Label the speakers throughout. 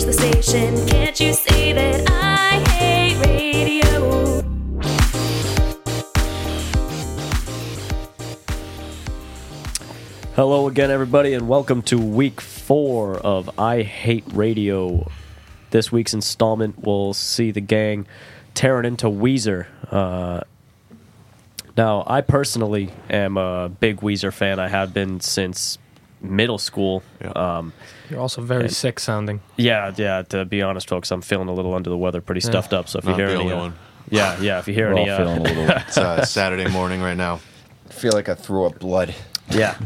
Speaker 1: station. Can't you see that I hate radio?
Speaker 2: Hello again, everybody, and welcome to week four of I Hate Radio. This week's installment will see the gang tearing into Weezer. Uh, now, I personally am a big Weezer fan. I have been since middle school. Yeah. Um,
Speaker 3: You're also very sick sounding.
Speaker 2: yeah, yeah, to be honest, folks, I'm feeling a little under the weather, pretty stuffed up. So if
Speaker 4: Not
Speaker 2: you hear
Speaker 4: the
Speaker 2: any,
Speaker 4: only
Speaker 2: uh,
Speaker 4: one.
Speaker 2: yeah, yeah, if you hear
Speaker 5: We're
Speaker 2: any,
Speaker 5: all
Speaker 2: uh,
Speaker 5: feeling a little.
Speaker 4: It's uh, Saturday morning right now.
Speaker 5: feel like I threw up blood.
Speaker 2: Yeah.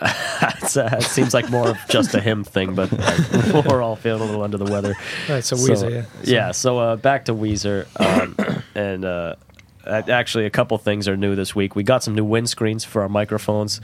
Speaker 2: it's, uh, it seems like more of just a him thing, but like, we're all feeling a little under the weather.
Speaker 3: Right, so
Speaker 2: So,
Speaker 3: Weezer, yeah.
Speaker 2: yeah, so uh, back to Weezer. Um, and uh, a- actually, a couple things are new this week. We got some new windscreens for our microphones.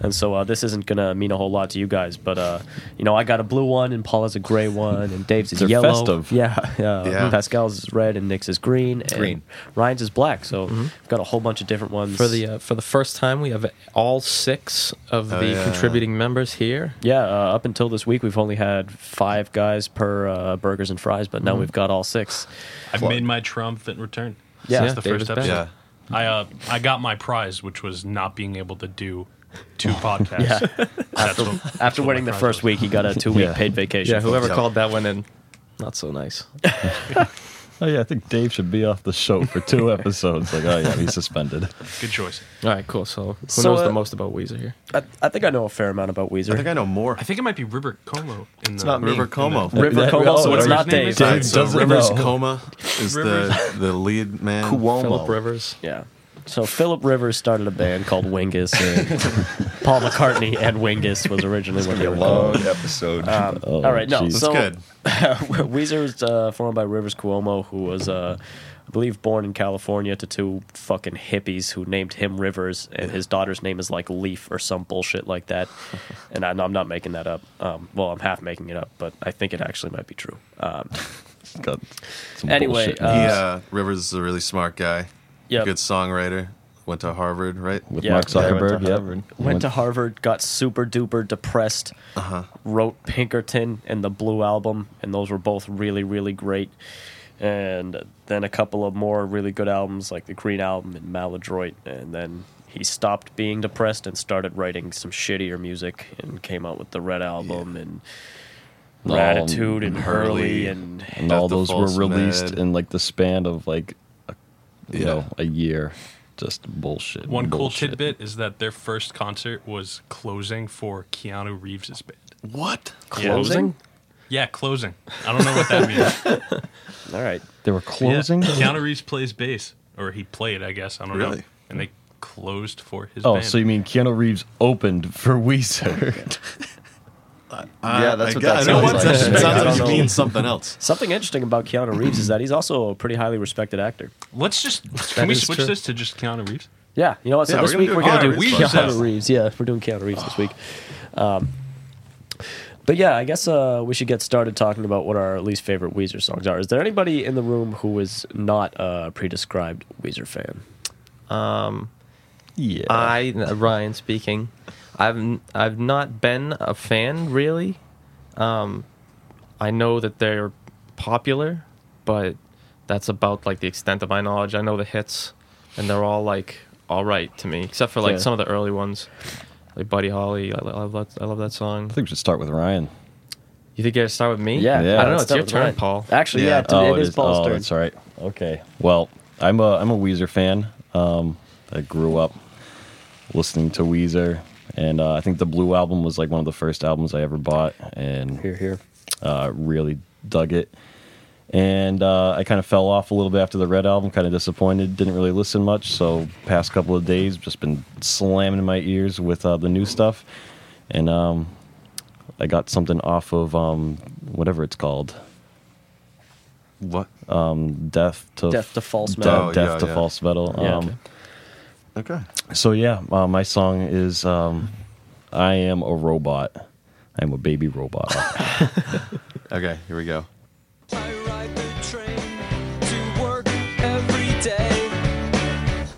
Speaker 2: And so uh, this isn't going to mean a whole lot to you guys. But, uh, you know, I got a blue one, and Paula's a gray one, and Dave's is
Speaker 5: They're
Speaker 2: yellow.
Speaker 5: festive.
Speaker 2: Yeah, yeah.
Speaker 4: Yeah.
Speaker 2: Pascal's is red, and Nick's is green. and
Speaker 5: Green.
Speaker 2: Ryan's is black. So I've got a whole bunch of different ones.
Speaker 3: Mm-hmm. For the uh, for the first time, we have all six of
Speaker 4: Oh,
Speaker 3: the
Speaker 4: yeah.
Speaker 3: contributing members here.
Speaker 2: Yeah, uh, up until this week, we've only had five guys per uh, burgers and fries, but
Speaker 3: Mm-hmm.
Speaker 2: now we've got all six.
Speaker 6: I've
Speaker 5: Fuck.
Speaker 6: made my triumphant return.
Speaker 2: Yeah.
Speaker 6: Since the
Speaker 3: David's
Speaker 6: first episode.
Speaker 4: Yeah.
Speaker 6: I uh, I got my prize, which was not being able to do two podcasts. That's
Speaker 2: After,
Speaker 6: what- that's
Speaker 2: after
Speaker 6: what
Speaker 2: winning
Speaker 6: my
Speaker 2: the
Speaker 6: prize
Speaker 2: first
Speaker 6: was.
Speaker 2: week, he got a two week
Speaker 5: Yeah.
Speaker 2: paid vacation.
Speaker 3: Yeah, whoever
Speaker 4: so-
Speaker 3: called that one in, not so nice.
Speaker 5: Oh yeah, I think Dave should be off the show for two episodes. Like, oh yeah, he's suspended.
Speaker 6: Good choice.
Speaker 3: All right, cool. So who
Speaker 2: So,
Speaker 3: knows
Speaker 2: uh,
Speaker 3: the most about Weezer here?
Speaker 2: I, I think I know a fair amount about Weezer.
Speaker 4: I think I know more.
Speaker 6: I think it might be River Como. In it's the,
Speaker 4: not me. River
Speaker 6: in the-
Speaker 4: Como.
Speaker 2: River
Speaker 5: That-
Speaker 2: Como,
Speaker 5: oh,
Speaker 2: so it's
Speaker 5: River's
Speaker 2: not
Speaker 6: name
Speaker 2: Dave.
Speaker 6: is-
Speaker 4: All right,
Speaker 5: Dave
Speaker 4: so
Speaker 5: doesn't
Speaker 4: Rivers
Speaker 5: know.
Speaker 4: Coma is the,
Speaker 6: Rivers.
Speaker 4: the lead man.
Speaker 3: Philip Rivers.
Speaker 2: Yeah. So Philip Rivers started a band called Wingus, and Paul McCartney and Wingus was originally what they were called.
Speaker 5: episode. Oh,
Speaker 2: all right, no,
Speaker 5: jeez.
Speaker 2: so-
Speaker 4: That's good.
Speaker 2: Weezer was uh, formed by Rivers Cuomo, who was, uh, I believe, born in California to two fucking hippies who named him Rivers, and his daughter's name is like Leaf or some bullshit like that. And I, I'm not making that up. Um, well, I'm half making it up, but I think it actually might be true. Um,
Speaker 5: Got some
Speaker 2: Anyway,
Speaker 5: bullshit.
Speaker 2: uh,
Speaker 4: he, uh, Rivers is a really smart guy.
Speaker 2: Yep.
Speaker 4: Good songwriter. Went to Harvard, right?
Speaker 5: with
Speaker 2: yeah,
Speaker 5: Mark
Speaker 2: yeah, I went
Speaker 5: Zuckerberg.
Speaker 2: to
Speaker 5: yep.
Speaker 2: Harvard. Went to Harvard, got super duper depressed,
Speaker 5: Uh-huh.
Speaker 2: wrote Pinkerton and the Blue Album, and those were both really, really great. And then a couple of more really good albums like the Green Album and Maladroit. And then he stopped being depressed and started writing some shittier music and came out with the Red Album and
Speaker 5: All-
Speaker 2: Ratitude and Hurley
Speaker 4: Hurley.
Speaker 2: and
Speaker 5: and all
Speaker 4: Death to
Speaker 5: those were
Speaker 4: False
Speaker 5: released
Speaker 4: Med.
Speaker 5: in like the span of like, a, you
Speaker 4: Yeah.
Speaker 5: know, a year. Just bullshit.
Speaker 6: One cool
Speaker 5: bullshit.
Speaker 6: tidbit is that their first concert was closing for Keanu Reeves' band.
Speaker 4: What?
Speaker 2: Closing?
Speaker 6: Yeah, closing. I don't know what that means.
Speaker 2: All right.
Speaker 5: They were closing.
Speaker 6: Yeah. Keanu Reeves plays bass, or he played, I guess. I don't know.
Speaker 4: Really?
Speaker 6: And they closed for his
Speaker 5: Oh,
Speaker 6: band.
Speaker 5: so you mean Keanu Reeves opened for Weezer?
Speaker 7: Yeah,
Speaker 4: I
Speaker 7: that's
Speaker 4: got-
Speaker 7: what that
Speaker 4: I know
Speaker 7: sounds
Speaker 4: what
Speaker 7: like.
Speaker 4: that- It sounds
Speaker 2: I
Speaker 4: like
Speaker 2: don't
Speaker 4: you
Speaker 2: know.
Speaker 4: mean something else.
Speaker 2: Something interesting about Keanu Reeves is that he's also a pretty highly respected actor.
Speaker 6: Let's just can we
Speaker 3: is
Speaker 6: switch
Speaker 3: true.
Speaker 6: this to just Keanu Reeves?
Speaker 2: Yeah, you know what? So
Speaker 4: Yeah,
Speaker 2: this
Speaker 4: we're
Speaker 2: week
Speaker 4: gonna
Speaker 2: we're
Speaker 4: do
Speaker 2: going to do
Speaker 4: Keanu Reeves
Speaker 2: Keanu
Speaker 4: first.
Speaker 2: Reeves. Yeah, we're doing Keanu Reeves this week. Um, but yeah, I guess uh, we should get started talking about what our least favorite Weezer songs are. Is there anybody in the room who is not a pre-described Weezer fan?
Speaker 5: yeah.
Speaker 3: I Ryan speaking. I've n- I've not been a fan really. Um, I know that they're popular, but that's about like the extent of my knowledge. I know the hits, and they're all like all right to me, except for like
Speaker 2: Yeah.
Speaker 3: some of the early ones, like Buddy Holly. I, I love that. I love that song.
Speaker 5: I think we should start with Ryan.
Speaker 3: You think you gotta start with me?
Speaker 2: Yeah,
Speaker 5: Yeah.
Speaker 3: I don't know.
Speaker 2: let's
Speaker 3: It's
Speaker 2: start
Speaker 3: your
Speaker 2: with
Speaker 3: turn,
Speaker 2: Ryan.
Speaker 3: Paul.
Speaker 2: Actually, yeah,
Speaker 4: Yeah.
Speaker 2: it is it is, Paul's
Speaker 5: oh,
Speaker 2: turn.
Speaker 5: That's all right. Okay. Well, I'm a I'm a Weezer fan. Um, I grew up listening to Weezer, and uh, I think the Blue album was like one of the first albums I ever bought, and
Speaker 2: Here, here.
Speaker 5: uh, really dug it. And uh, I kind of fell off a little bit after the Red album. Kind of disappointed. Didn't really listen much. So past couple of days, just been slamming my ears with uh, the new stuff, and um, I got something off of um, whatever it's called.
Speaker 4: What?
Speaker 5: Death to
Speaker 2: Death to False
Speaker 5: De-
Speaker 2: Metal.
Speaker 4: Oh,
Speaker 5: Death
Speaker 4: yeah,
Speaker 5: to
Speaker 4: yeah.
Speaker 5: false metal.
Speaker 2: Yeah.
Speaker 5: Um,
Speaker 4: Okay.
Speaker 5: so yeah, uh, my song is um, "I Am a Robot." I am a baby robot.
Speaker 4: Okay, here we go.
Speaker 8: I ride the train to work every day.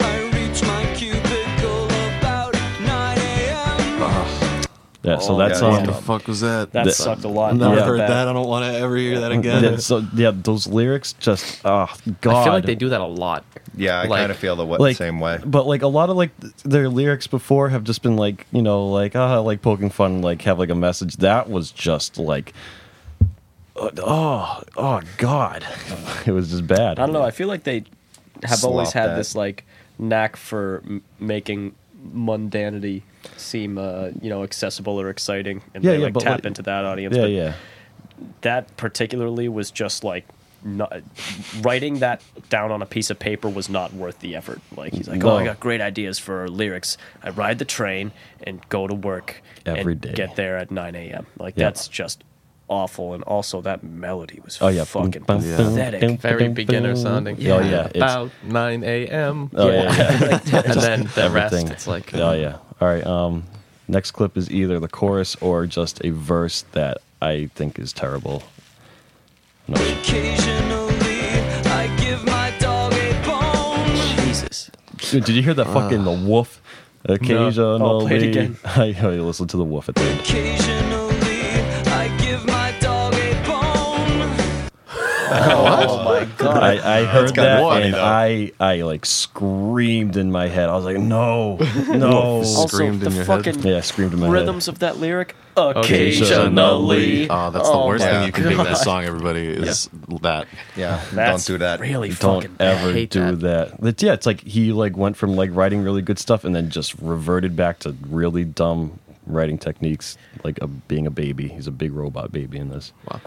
Speaker 8: I reach my cubicle about 9 a.m.
Speaker 5: Yeah, so
Speaker 2: Oh,
Speaker 5: that's
Speaker 2: yeah,
Speaker 5: um,
Speaker 4: What the fuck was that?
Speaker 2: That
Speaker 5: That-
Speaker 2: sucked a lot.
Speaker 4: Never
Speaker 2: Yeah.
Speaker 4: heard that. I don't want to ever hear that again.
Speaker 5: that- so yeah, those lyrics just oh god.
Speaker 3: I feel like they do that a lot.
Speaker 7: Yeah, I
Speaker 3: Like-
Speaker 7: kind of feel the wa-
Speaker 5: like
Speaker 7: same way.
Speaker 5: But like a lot of like th- their lyrics before have just been like you know like ah like poking fun like have like a message that was just like uh, oh oh god it was just bad.
Speaker 2: I don't know. I feel like they have always
Speaker 7: Slop
Speaker 2: had
Speaker 7: that.
Speaker 2: this like knack for m- making mundanity seem uh, you know accessible or exciting, and
Speaker 5: Yeah,
Speaker 2: they
Speaker 5: yeah,
Speaker 2: like
Speaker 5: but
Speaker 2: tap
Speaker 5: like-
Speaker 2: into that audience.
Speaker 5: yeah
Speaker 2: but
Speaker 5: yeah
Speaker 2: That particularly was just like. Not, writing that down on a piece of paper was not worth the effort. Like he's like, "Oh, I
Speaker 5: No.
Speaker 2: got great ideas for lyrics. I ride the train and go to work
Speaker 5: Every
Speaker 2: and
Speaker 5: day.
Speaker 2: Get there at nine a.m. Like
Speaker 5: Yeah.
Speaker 2: that's just awful. And also that melody was
Speaker 5: oh yeah
Speaker 2: fucking
Speaker 5: Bum, bum, bum,
Speaker 2: pathetic.
Speaker 5: bum,
Speaker 3: Very
Speaker 5: bum,
Speaker 3: beginner
Speaker 5: bum.
Speaker 3: sounding.
Speaker 5: Oh yeah it's,
Speaker 3: About 9 a.m.
Speaker 5: oh yeah, yeah.
Speaker 3: and then the
Speaker 5: everything.
Speaker 3: rest, it's like,
Speaker 5: oh yeah. All right. Um, next clip is either the chorus or just a verse that I think is terrible. No,
Speaker 8: Occasionally, I give my dog a bone.
Speaker 2: Jesus.
Speaker 5: did you hear that fucking the wolf? Occasionally,
Speaker 2: No. Oh, play it again.
Speaker 5: I I listen to the wolf at the end.
Speaker 8: Occasionally, I give my dog a bone.
Speaker 2: Oh my god.
Speaker 5: I, I heard
Speaker 7: kinda
Speaker 5: that
Speaker 7: funny,
Speaker 5: and
Speaker 7: though.
Speaker 5: I I like screamed in my head. I was like, no, no.
Speaker 2: also,
Speaker 4: screamed
Speaker 2: the
Speaker 4: in your head.
Speaker 2: fucking
Speaker 5: yeah, I screamed in my
Speaker 2: rhythms of that lyric occasionally.
Speaker 3: Occasionally.
Speaker 4: Oh, that's the worst
Speaker 2: my
Speaker 4: thing you can do in
Speaker 2: God.
Speaker 4: that song, everybody, is that.
Speaker 7: Yeah,
Speaker 2: That's
Speaker 7: don't do that.
Speaker 2: Really
Speaker 5: head. Don't
Speaker 2: fucking
Speaker 5: ever
Speaker 3: hate
Speaker 5: do
Speaker 3: that.
Speaker 5: that. But yeah, it's like he like went from like writing really good stuff and then just reverted back to really dumb writing techniques, like a, being a baby. He's a big robot baby in this.
Speaker 3: wow.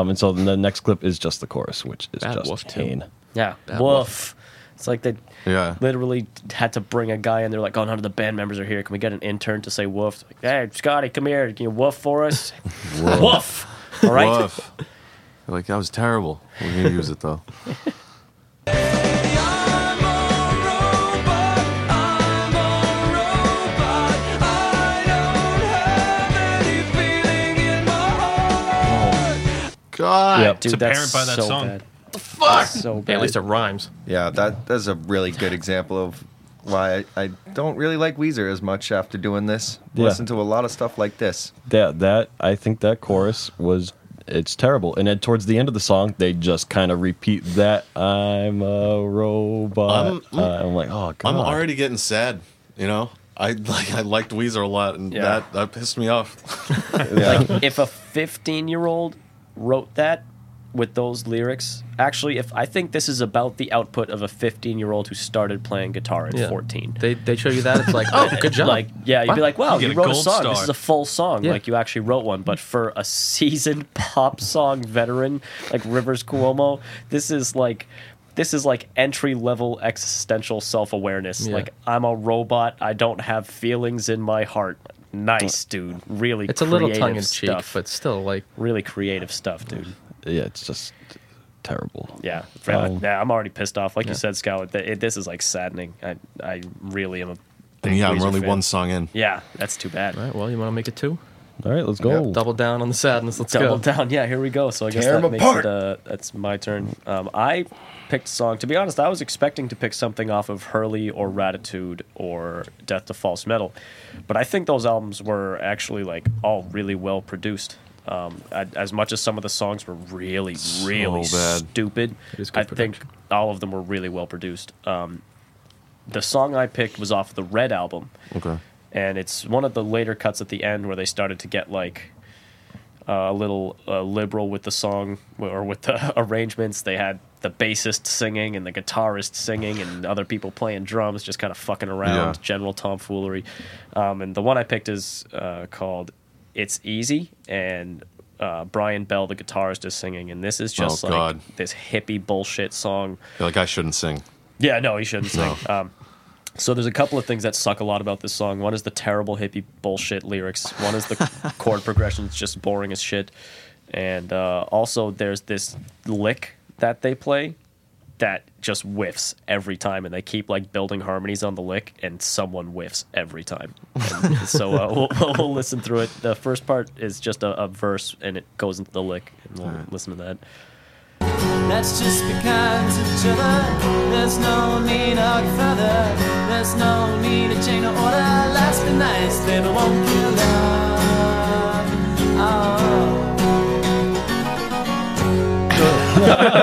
Speaker 5: Um, and so then the next clip is just the chorus, which is
Speaker 3: Bad wolf,
Speaker 5: just
Speaker 3: too.
Speaker 5: pain.
Speaker 2: Yeah.
Speaker 3: Bad
Speaker 2: Woof. It's like they
Speaker 4: Yeah.
Speaker 2: literally had to bring a guy in. They're like, oh, none of the band members are here. Can we get an intern to say woof? Like, hey, Scotty, come here. Can you woof for us? woof. All right.
Speaker 4: Woof. Like, that was terrible. We're going to use it, though.
Speaker 8: I'm a robot. I'm a robot. I don't have any feeling in my heart.
Speaker 4: God.
Speaker 5: Yep.
Speaker 2: Dude,
Speaker 6: It's
Speaker 2: that's
Speaker 6: apparent by that
Speaker 2: so
Speaker 6: song.
Speaker 2: bad. Fuck. So bad.
Speaker 3: At least it rhymes.
Speaker 7: Yeah, that that's a really good example of why I, I don't really like Weezer as much after doing this.
Speaker 5: Yeah.
Speaker 7: Listen to a lot of stuff like this.
Speaker 5: That that I think that chorus was it's terrible. And then towards the end of the song, they just kind of repeat that I'm a robot.
Speaker 3: Um,
Speaker 4: I'm-
Speaker 5: I'm, like, oh god.
Speaker 4: I'm already getting sad, you know? I like I liked Weezer a lot, and
Speaker 2: Yeah.
Speaker 4: that, that pissed me off.
Speaker 7: Yeah.
Speaker 2: if a 15 year old wrote that with those lyrics actually if i think this is about the output of a 15 year old who started playing guitar at
Speaker 3: Yeah.
Speaker 2: 14
Speaker 3: They, they show you that. It's like, oh, good job.
Speaker 2: like yeah you'd be like wow
Speaker 6: You get
Speaker 2: you,
Speaker 6: a
Speaker 2: wrote a
Speaker 6: gold
Speaker 2: song
Speaker 6: star.
Speaker 2: this is a full song
Speaker 3: Yeah.
Speaker 2: like you actually wrote one but for a seasoned pop song veteran like rivers cuomo this is like this is like entry level existential self-awareness
Speaker 3: Yeah.
Speaker 2: like i'm a robot i don't have feelings in my heart nice dude really
Speaker 3: it's a little
Speaker 2: creative
Speaker 3: tongue in cheek,
Speaker 2: stuff.
Speaker 3: but still, like,
Speaker 2: really creative stuff, dude.
Speaker 5: Yeah, it's just terrible.
Speaker 2: Yeah,
Speaker 5: Um,
Speaker 2: yeah. I'm already pissed off. Like you
Speaker 3: yeah.
Speaker 2: said, Scout, th- it, this is like saddening. I, I really am a.
Speaker 4: And yeah, I'm
Speaker 2: Weezer
Speaker 4: only
Speaker 2: fan.
Speaker 4: one song in.
Speaker 2: Yeah, that's too bad.
Speaker 3: all right, well, you want to make it two?
Speaker 5: All right, let's go.
Speaker 3: Double down on the sadness. Let's
Speaker 2: Double
Speaker 3: go.
Speaker 2: down. Yeah, here we go. So I guess
Speaker 7: Tear
Speaker 2: that
Speaker 7: 'em
Speaker 2: makes
Speaker 7: apart.
Speaker 2: it. Uh, that's my turn. Um, I picked a song. To be honest, I was expecting to pick something off of Hurley or Ratitude or Death to False Metal, but I think those albums were actually like all really well produced. Um, I, as much as some of the songs were really, really
Speaker 4: bad.
Speaker 2: stupid,
Speaker 3: It is good
Speaker 2: I think all of them were really well produced. Um, the song I picked was off the Red album
Speaker 4: Okay.
Speaker 2: and it's one of the later cuts at the end where they started to get like uh, a little uh, liberal with the song or with the arrangements. They had the bassist singing and the guitarist singing and other people playing drums, just kind of fucking around,
Speaker 4: Yeah.
Speaker 2: general tomfoolery. Um, and the one I picked is uh, called "It's Easy," and uh, Brian Bell, the guitarist, is singing, and this is just
Speaker 4: Oh,
Speaker 2: like
Speaker 4: God.
Speaker 2: this hippie bullshit song.
Speaker 4: You're like, I shouldn't sing.
Speaker 2: Yeah, no, he shouldn't sing.
Speaker 4: No.
Speaker 2: Um, so there's a couple of things that suck a lot about this song. One is the terrible hippie bullshit lyrics. One is the chord progressions just boring as shit. And uh, also there's this lick that they play that just whiffs every time, and they keep like building harmonies on the lick, and someone whiffs every time. And so uh, we'll, we'll, we'll listen through it. The first part is just a, a verse, and it goes into the lick, and we'll listen to that.
Speaker 8: Let's just be kind to each other. There's no need of feather. There's no need to chain or order. Let's be nice, baby, won't kill love.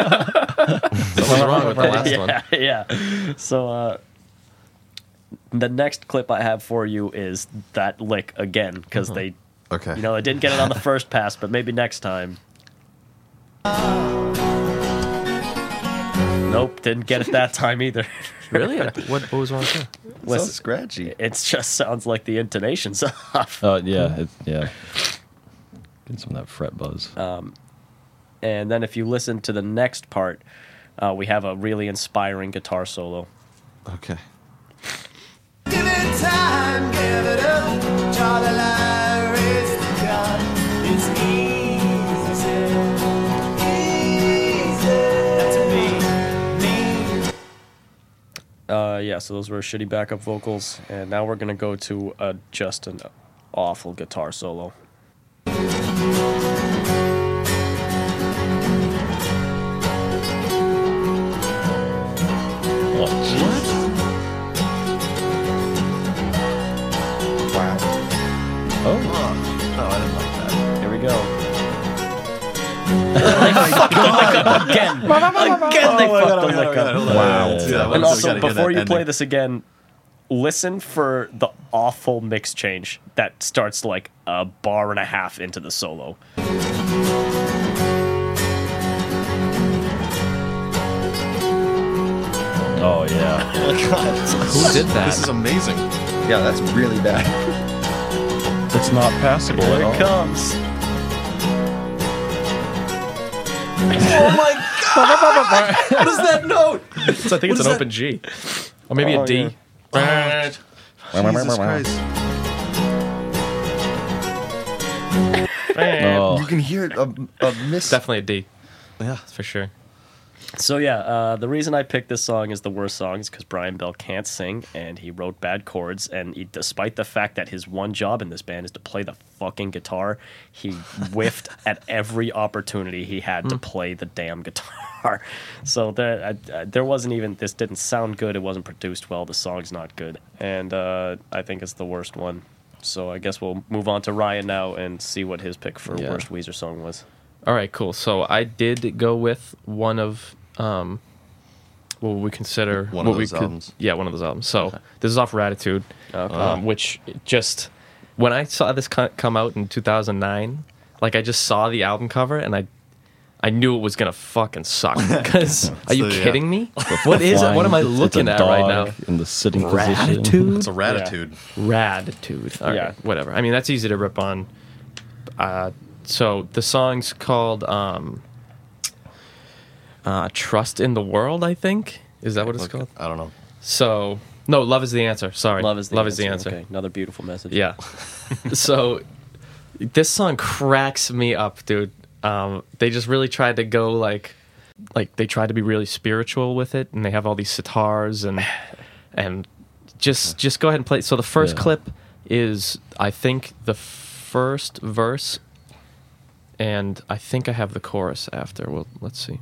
Speaker 3: Something's wrong with the last one.
Speaker 2: yeah, yeah. So uh, the next clip I have for you is that lick again because they,
Speaker 4: Okay.
Speaker 2: you know, they didn't get it on the first pass, but maybe next time. Nope, didn't get it that time either.
Speaker 3: Really? What, what was wrong with that?
Speaker 7: So
Speaker 2: Listen,
Speaker 7: scratchy.
Speaker 2: it just sounds like the intonation's off.
Speaker 5: Uh, yeah, it, yeah. Get some of that fret buzz.
Speaker 3: Uh,
Speaker 2: And then if you listen to the next part, uh, we have a really inspiring guitar solo.
Speaker 4: Okay.
Speaker 8: Give it time, give it up. Draw the line, raise the gun. It's easy, easy. That's a me, me.
Speaker 2: Uh, yeah, so those were shitty backup vocals, and now we're gonna go to uh, just an awful guitar solo.
Speaker 7: Wow.
Speaker 5: oh,
Speaker 7: Oh, no, I didn't like that.
Speaker 2: Here we go.
Speaker 4: Again,
Speaker 2: they fucked the
Speaker 4: oh
Speaker 2: lick up.
Speaker 5: Wow.
Speaker 2: And also, before you play this again, listen for the awful mix change that starts like a bar and a half into the solo.
Speaker 5: oh yeah.
Speaker 3: Who did that?
Speaker 4: This is amazing.
Speaker 7: Yeah, that's really bad.
Speaker 5: It's not passable at all.
Speaker 2: comes.
Speaker 3: So I think it's an open G. Or maybe
Speaker 2: Oh,
Speaker 3: a D.
Speaker 4: Jesus Christ.
Speaker 5: Oh.
Speaker 7: You can hear it, a, a miss.
Speaker 3: Definitely a D. Yeah. For sure.
Speaker 2: So yeah, uh, the reason I picked this song is the worst song is because Brian Bell can't sing and he wrote bad chords. And he, despite the fact that his one job in this band is to play the fucking guitar, he whiffed at every opportunity he had to play the damn guitar. So there, I, I, there wasn't even this didn't sound good. It wasn't produced well. The song's not good, and uh, I think it's the worst one. So I guess we'll move on to Ryan now and see what his pick for
Speaker 3: Yeah.
Speaker 2: worst Weezer song was.
Speaker 3: All right, cool. So I did go with one of um, what we consider
Speaker 4: One
Speaker 3: what
Speaker 4: of
Speaker 3: we
Speaker 4: those albums. Oh,
Speaker 3: Yeah, one of those albums. So this is off Ratitude, um, which just when I saw this co- come out in 2009, like I just saw the album cover and I. I knew it was gonna fucking suck. Because are you
Speaker 4: the, uh, yeah.
Speaker 3: kidding me? What is it? What am I
Speaker 5: Flying- it's a
Speaker 3: looking at right
Speaker 5: dog
Speaker 3: now?
Speaker 5: In the sitting position.
Speaker 3: Ratitude.
Speaker 4: It's a ratitude.
Speaker 3: Ratitude. All right,
Speaker 2: Yeah.
Speaker 3: whatever. I mean, that's easy to rip on. Uh, so the song's called um, uh, "Trust in the World." I think is that what it's called.
Speaker 4: I don't know.
Speaker 3: So no, love is the answer. Sorry,
Speaker 2: Love is the
Speaker 3: love
Speaker 2: answer.
Speaker 3: is the answer.
Speaker 2: Okay, another beautiful message.
Speaker 3: Yeah. so this song cracks me up, dude. Um, they just really tried to go like, like they tried to be really spiritual with it, and they have all these sitars and and just just go ahead and play. it. So the first
Speaker 5: Yeah.
Speaker 3: clip is I think the first verse, and I think I have the chorus after. Well, let's see.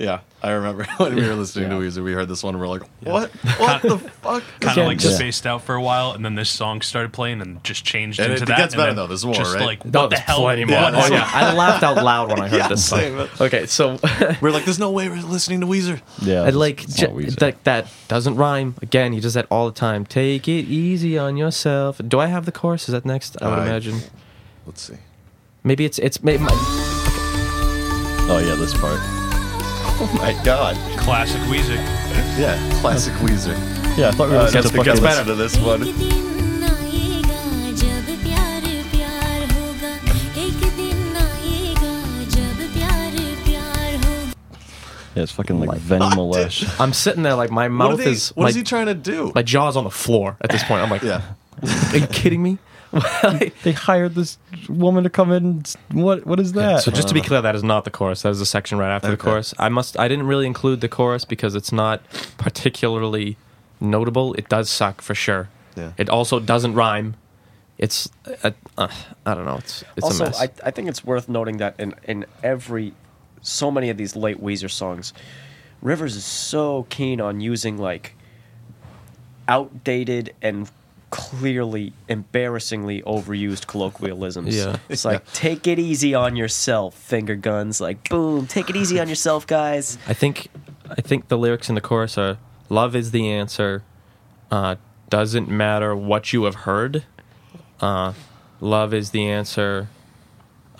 Speaker 4: Yeah, I remember when we were listening to Weezer, we heard this one, and we're like, "What? What the fuck?"
Speaker 6: Kind of like
Speaker 5: Yeah.
Speaker 6: spaced out for a while, and then this song started playing and just changed
Speaker 4: And
Speaker 6: into
Speaker 4: it
Speaker 6: that.
Speaker 4: gets
Speaker 6: and
Speaker 4: better,
Speaker 6: then
Speaker 4: though. There's more,
Speaker 6: just
Speaker 4: right?
Speaker 6: like
Speaker 3: No,
Speaker 6: what the
Speaker 3: there's
Speaker 6: hell?
Speaker 3: plenty more.
Speaker 6: What?
Speaker 3: Oh, yeah. I laughed out loud when I heard this song.
Speaker 4: same.
Speaker 3: Okay, so
Speaker 4: We're like, "There's no way we're listening to Weezer."
Speaker 5: Yeah.
Speaker 3: I like
Speaker 5: it's
Speaker 3: ju-
Speaker 5: not Weezer.
Speaker 3: that that doesn't rhyme. Again, he does that all the time. Take it easy on yourself. Do I have the chorus? Is that next? I would
Speaker 4: I-
Speaker 3: imagine.
Speaker 4: Let's see.
Speaker 3: Maybe it's it's maybe my,
Speaker 5: Oh yeah, this part.
Speaker 7: Oh my god.
Speaker 6: Classic Weezer.
Speaker 4: Yeah, classic Weezer.
Speaker 5: Yeah, I thought we were
Speaker 4: Gets,
Speaker 5: listening to Uh, fucking.
Speaker 4: gets better to this
Speaker 1: एक
Speaker 4: one.
Speaker 1: दिन आएगा जब प्यार प्यार होगा एक दिन आएगा जब प्यार प्यार होगा
Speaker 5: Yeah, it's fucking like Venom Malesh.
Speaker 3: I'm sitting there like my
Speaker 4: What, are
Speaker 3: mouth
Speaker 4: they,
Speaker 3: is
Speaker 4: what
Speaker 3: my,
Speaker 4: is he trying to do?
Speaker 3: my jaw's on the floor at this point. I'm like,
Speaker 4: yeah,
Speaker 3: are you kidding me?
Speaker 5: They hired this woman to come in. and s- What? What is that?
Speaker 3: So just to be clear, that is not the chorus. That is the section right after the
Speaker 4: Okay.
Speaker 3: chorus. I must. I didn't really include the chorus because it's not particularly notable. It does suck for sure.
Speaker 4: Yeah.
Speaker 3: It also doesn't rhyme. it's uh, uh, I don't know. It's it's
Speaker 2: also,
Speaker 3: a mess.
Speaker 2: I, I think it's worth noting that in, in every, so many of these late Weezer songs, Rivers is so keen on using like outdated and clearly embarrassingly overused colloquialisms.
Speaker 3: Yeah.
Speaker 2: It's like, take it easy on yourself, finger guns. Like, boom, take it easy on yourself, guys.
Speaker 3: I think I think the lyrics in the chorus are love is the answer. Uh, doesn't matter what you have heard. Uh, love is the answer.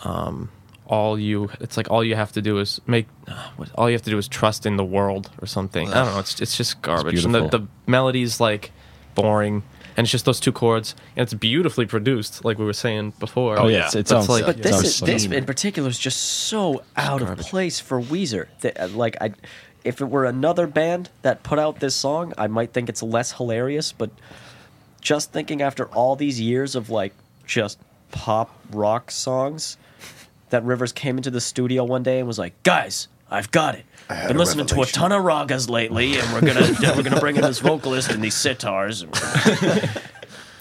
Speaker 3: Um, all you it's like all you have to do is make uh, what- all you have to do is trust in the world or something. I don't know, it's it's just garbage. and the,
Speaker 5: beautiful.
Speaker 3: the melody's like boring and it's just those two chords and it's beautifully produced like we were saying before.
Speaker 5: Oh
Speaker 3: But
Speaker 5: yeah, it's, it
Speaker 3: it's
Speaker 5: sounds
Speaker 3: like-
Speaker 2: But this
Speaker 5: sounds
Speaker 2: is
Speaker 5: like-
Speaker 2: this in particular is just so out of place for Weezer. That, uh, like I, if it were another band that put out this song, I might think it's less hilarious. But just thinking after all these years of like just pop rock songs, that Rivers came into the studio one day and was like, "Guys, I've got it. Been listening to a ton of ragas lately, and we're gonna we're gonna bring in this vocalist and these sitars." And we're-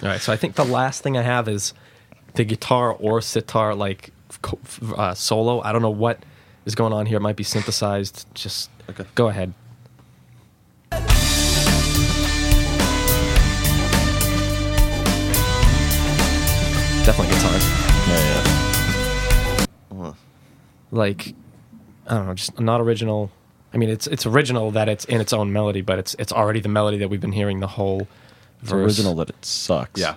Speaker 3: All right, so I think the last thing I have is the guitar or sitar like co- f- uh, solo. I don't know what is going on here. It might be synthesized. Just go ahead. Definitely guitar.
Speaker 5: yeah,
Speaker 3: Like I don't know, just not original. I mean, it's it's original that it's in its own melody, but it's it's already the melody that we've been hearing the whole
Speaker 5: it's
Speaker 3: verse.
Speaker 5: original that it sucks.
Speaker 4: Yeah.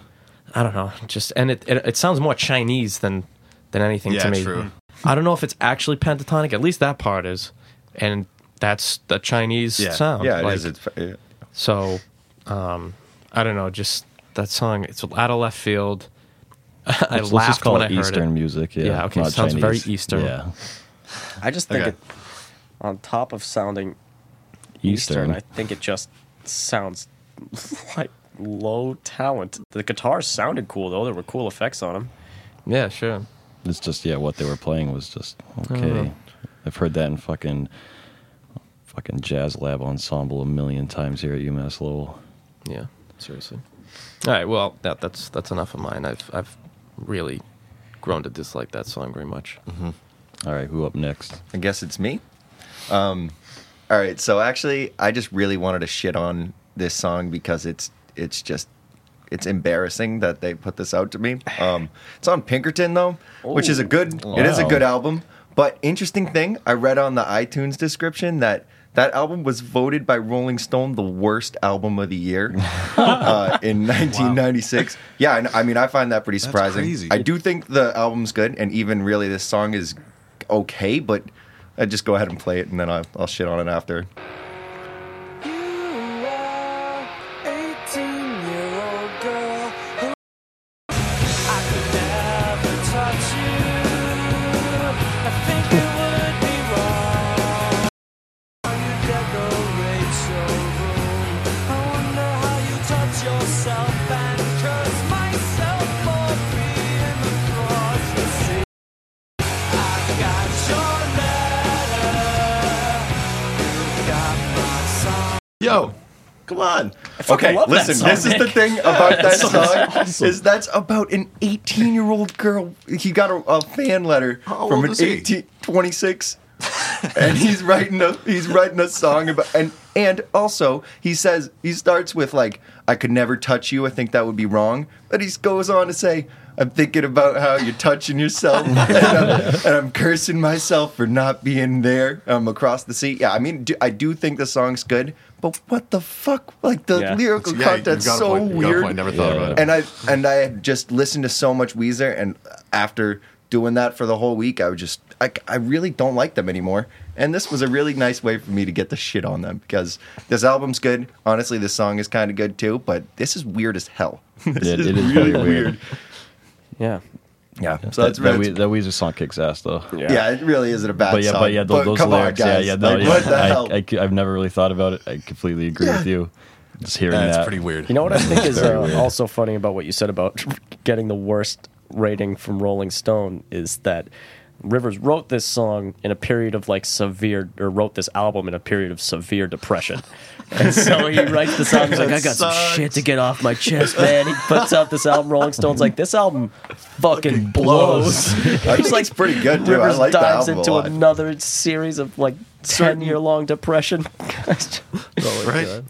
Speaker 3: I don't know. Just and it, it it sounds more Chinese than than anything
Speaker 4: Yeah,
Speaker 3: to me.
Speaker 4: true.
Speaker 3: I don't know if it's actually pentatonic. At least that part is, and that's the Chinese
Speaker 4: Yeah.
Speaker 3: sound.
Speaker 7: yeah, it
Speaker 3: like,
Speaker 7: is. It's, yeah.
Speaker 3: so, um, I don't know. Just that song. It's out of left field. I
Speaker 5: Let's,
Speaker 3: laughed
Speaker 5: let's just call
Speaker 3: when
Speaker 5: it
Speaker 3: I heard
Speaker 5: Eastern
Speaker 3: it.
Speaker 5: music. Yeah,
Speaker 3: Yeah, okay,
Speaker 5: not
Speaker 3: sounds very
Speaker 5: Chinese.
Speaker 3: Eastern.
Speaker 5: Yeah,
Speaker 2: I just think
Speaker 4: Okay.
Speaker 2: it, on top of sounding Eastern.
Speaker 5: Eastern.
Speaker 2: I think it just sounds like low talent. The guitars sounded cool though. There were cool effects on them.
Speaker 3: Yeah, sure.
Speaker 5: It's just yeah, what they were playing was just okay. I've heard that in fucking fucking jazz lab ensemble a million times here at UMass Lowell.
Speaker 3: Yeah, seriously. All right. Well, that that's that's enough of mine. I've I've really grown to dislike that song very much.
Speaker 5: All right, who up next?
Speaker 7: I guess it's me. Um, all right, so actually, I just really wanted to shit on this song because it's it's just it's embarrassing that they put this out to me. Um, it's on Pinkerton though, which is a good it is a
Speaker 5: Wow.
Speaker 7: good album. But interesting thing, I read on the iTunes description that that album was voted by Rolling Stone the worst album of the year uh, in 1996. Yeah, and I mean, I find that pretty surprising.
Speaker 4: crazy.
Speaker 7: I do think the album's good, and even really this song is okay, but I just go ahead and play it, and then I'll, I'll shit on it after.
Speaker 8: Yourself and curse myself for being across the sea. I got your letter, got my song.
Speaker 4: Yo,
Speaker 7: Come on.
Speaker 2: fucking
Speaker 7: okay,
Speaker 2: love that
Speaker 7: listen,
Speaker 2: song,
Speaker 7: this is the
Speaker 2: Nick.
Speaker 7: thing about that song is that's about an 18-year-old girl. He got a, a fan letter
Speaker 4: How
Speaker 7: from
Speaker 4: old
Speaker 7: an
Speaker 4: is he?
Speaker 7: 18 26 and he's writing a he's writing a song about and and also he says he starts with like I could never touch you. I think that would be wrong. But he goes on to say I'm thinking about how you're touching yourself, and I'm, and I'm cursing myself for not being there. I'm across the sea. Yeah, I mean, do, I do think the song's good, but what the fuck? Like the
Speaker 2: Yeah.
Speaker 7: lyrical
Speaker 4: yeah, you've
Speaker 7: content's
Speaker 4: got a
Speaker 7: so
Speaker 4: point. You've got a
Speaker 7: weird
Speaker 4: point. Never thought about it.
Speaker 7: and I and I had just listened to so much Weezer, and after doing that for the whole week, I was just I, I really don't like them anymore. And this was a really nice way for me to get the shit on them because this album's good. Honestly, this song is kind of good too, but this is weird as hell. this
Speaker 5: Yeah, it is really weird.
Speaker 2: Yeah.
Speaker 7: Yeah, so that's
Speaker 5: that,
Speaker 7: really
Speaker 5: that, we, that Weezer song kicks ass though.
Speaker 7: yeah. it really isn't a bad
Speaker 5: But yeah,
Speaker 7: song.
Speaker 5: but yeah, tho- those
Speaker 7: come on,
Speaker 5: lyrics.
Speaker 7: guys.
Speaker 5: Yeah, yeah, no,
Speaker 7: like,
Speaker 5: yeah.
Speaker 7: what the
Speaker 5: I,
Speaker 7: hell?
Speaker 5: have never really thought about it. I completely agree with you. Just hearing
Speaker 4: that's
Speaker 5: that.
Speaker 4: pretty weird.
Speaker 2: uh, You know what I think is
Speaker 5: Very
Speaker 2: uh,
Speaker 5: weird.
Speaker 2: also funny about what you said about getting the worst rating from Rolling Stone is that Rivers wrote this song in a period of like severe, or wrote this album in a period of severe depression. And so he writes the song, he's like, I got some shit to get off my chest, man. He puts out this album, Rolling Stone's like, this album fucking blows.
Speaker 7: I think it's pretty good, dude.
Speaker 2: Rivers
Speaker 7: I like the
Speaker 2: dives
Speaker 7: album
Speaker 2: into
Speaker 7: a lot.
Speaker 2: another series of like 10 year long depression.
Speaker 4: right?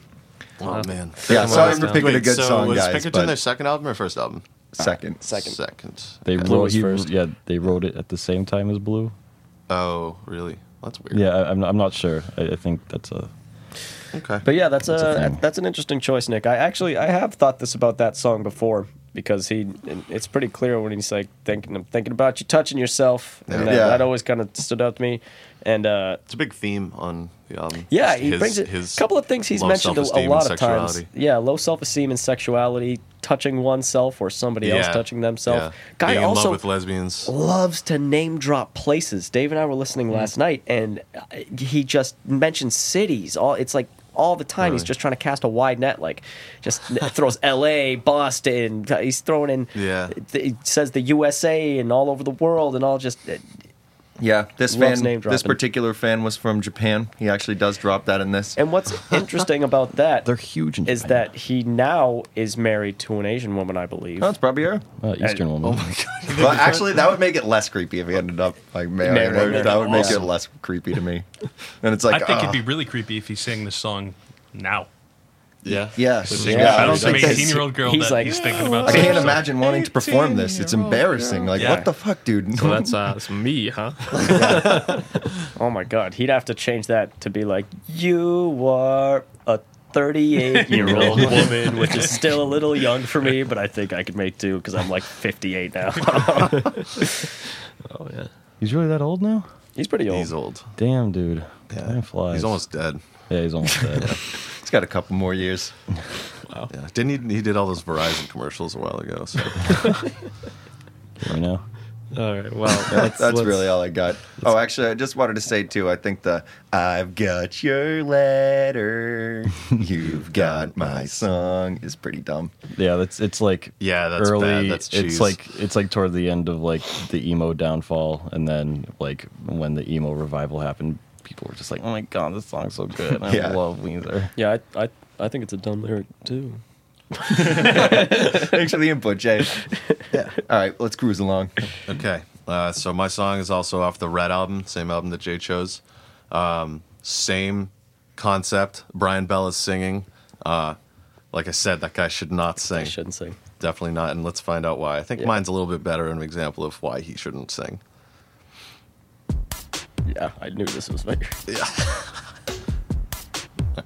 Speaker 4: Oh man.
Speaker 7: yeah, sorry for
Speaker 3: Wait,
Speaker 7: picking a good
Speaker 4: so
Speaker 7: song,
Speaker 4: was
Speaker 7: guys.
Speaker 4: Pinkerton
Speaker 7: but
Speaker 4: their second album or first album?
Speaker 7: second.
Speaker 2: Second.
Speaker 4: Second.
Speaker 5: They
Speaker 4: Okay.
Speaker 5: wrote
Speaker 2: was
Speaker 5: he-
Speaker 2: first.
Speaker 5: yeah they wrote it at the same time as Blue.
Speaker 4: Oh, really? That's weird.
Speaker 5: Yeah, I, I'm I'm not sure. I, I think that's a
Speaker 4: Okay.
Speaker 2: But yeah, that's,
Speaker 5: a
Speaker 2: a,
Speaker 5: thing.
Speaker 2: that's an interesting choice, Nick. I actually I have thought this about that song before because he and it's pretty clear when he's like thinking I'm thinking about you touching yourself. And that,
Speaker 7: Yeah.
Speaker 2: that always kind of stood out to me. And uh,
Speaker 4: It's a big theme on the album.
Speaker 2: yeah,
Speaker 4: Just
Speaker 2: he
Speaker 4: his-
Speaker 2: brings it.
Speaker 4: his
Speaker 2: A couple of things he's
Speaker 4: low
Speaker 2: mentioned a, a
Speaker 4: self-esteem
Speaker 2: lot
Speaker 4: and
Speaker 2: of times.
Speaker 4: sexuality.
Speaker 2: Yeah, low self esteem and sexuality, touching oneself or somebody else
Speaker 4: Yeah,
Speaker 2: touching themselves.
Speaker 4: yeah.
Speaker 2: Guy
Speaker 4: Being in
Speaker 2: also
Speaker 4: love with lesbians.
Speaker 2: loves to name drop places. Dave and I were listening last night, and uh, he just mentions cities. All it's like all the time. He's
Speaker 4: Really?
Speaker 2: just trying to cast a wide net. Like, just n- throws L.A., Boston. uh, He's throwing in.
Speaker 4: Yeah.
Speaker 2: th- he says the USA and all over the world and all. Just uh,
Speaker 7: Yeah, this
Speaker 2: Loves
Speaker 7: fan,
Speaker 2: name
Speaker 7: this
Speaker 2: dropping.
Speaker 7: particular fan was from Japan. He actually does drop that in this.
Speaker 2: and what's interesting about that
Speaker 5: they're huge. In
Speaker 2: is
Speaker 5: Japan.
Speaker 2: that he now is married to an Asian woman, I believe.
Speaker 7: Oh, it's probably her.
Speaker 5: Uh, Eastern woman?
Speaker 7: But actually, that would make it less creepy if he ended up like marrying
Speaker 2: Married
Speaker 7: her.
Speaker 2: her.
Speaker 7: That would make it
Speaker 2: Awesome.
Speaker 7: less creepy to me. And it's
Speaker 6: I
Speaker 7: like,
Speaker 6: think
Speaker 7: ah,
Speaker 6: it'd be really creepy if he sang this song now.
Speaker 4: yeah.
Speaker 7: yeah,
Speaker 6: Sing
Speaker 7: yeah,
Speaker 6: about
Speaker 7: I don't
Speaker 6: some
Speaker 7: think that's-
Speaker 6: 18 year old girl
Speaker 2: he's
Speaker 6: that
Speaker 2: like,
Speaker 6: he's thinking about.
Speaker 7: I can't
Speaker 6: singing.
Speaker 7: imagine wanting to perform this. It's embarrassing. Like,
Speaker 6: Yeah.
Speaker 7: what the fuck, dude?
Speaker 3: So that's uh, that's me, huh?
Speaker 2: Oh my god, he'd have to change that to be like, you are a 38 year old woman, which is still a little young for me, but I think I could make do because I'm like 58 now.
Speaker 3: Oh yeah.
Speaker 5: He's really that old now?
Speaker 2: He's pretty old.
Speaker 4: He's old.
Speaker 5: Damn, dude. Time flies.
Speaker 4: He's almost dead.
Speaker 5: Yeah, he's almost dead.
Speaker 7: It's got a couple more years.
Speaker 2: Oh.
Speaker 4: Yeah. Didn't he? He did all those Verizon commercials a while ago. So
Speaker 5: Right now.
Speaker 3: All right. Well,
Speaker 7: That's, really all I got. Oh, actually, I just wanted to say too. I think the "I've got your letter, you've got my song" is pretty dumb.
Speaker 5: Yeah, that's it's like
Speaker 4: Yeah, that's
Speaker 5: early.
Speaker 4: bad. That's
Speaker 5: it's
Speaker 4: cheese.
Speaker 5: like it's like toward the end of like the emo downfall, and then like when the emo revival happened, people were just like, "Oh my god, this song's so good! I
Speaker 7: Yeah.
Speaker 5: love Weezer."
Speaker 2: Yeah, I, I, I think it's a dumb lyric too.
Speaker 7: Thanks for the input, Jay. Yeah. eh? All right, let's cruise along.
Speaker 4: okay. Uh, so my song is also off the Red album, same album that Jay chose. Um, same concept. Brian Bell is singing. Uh, like I said, that guy should not
Speaker 2: I
Speaker 4: sing.
Speaker 2: shouldn't sing.
Speaker 4: Definitely not. And let's find out why. I think mine's a little bit better of an example of why he shouldn't sing.
Speaker 2: Yeah, I knew this was better.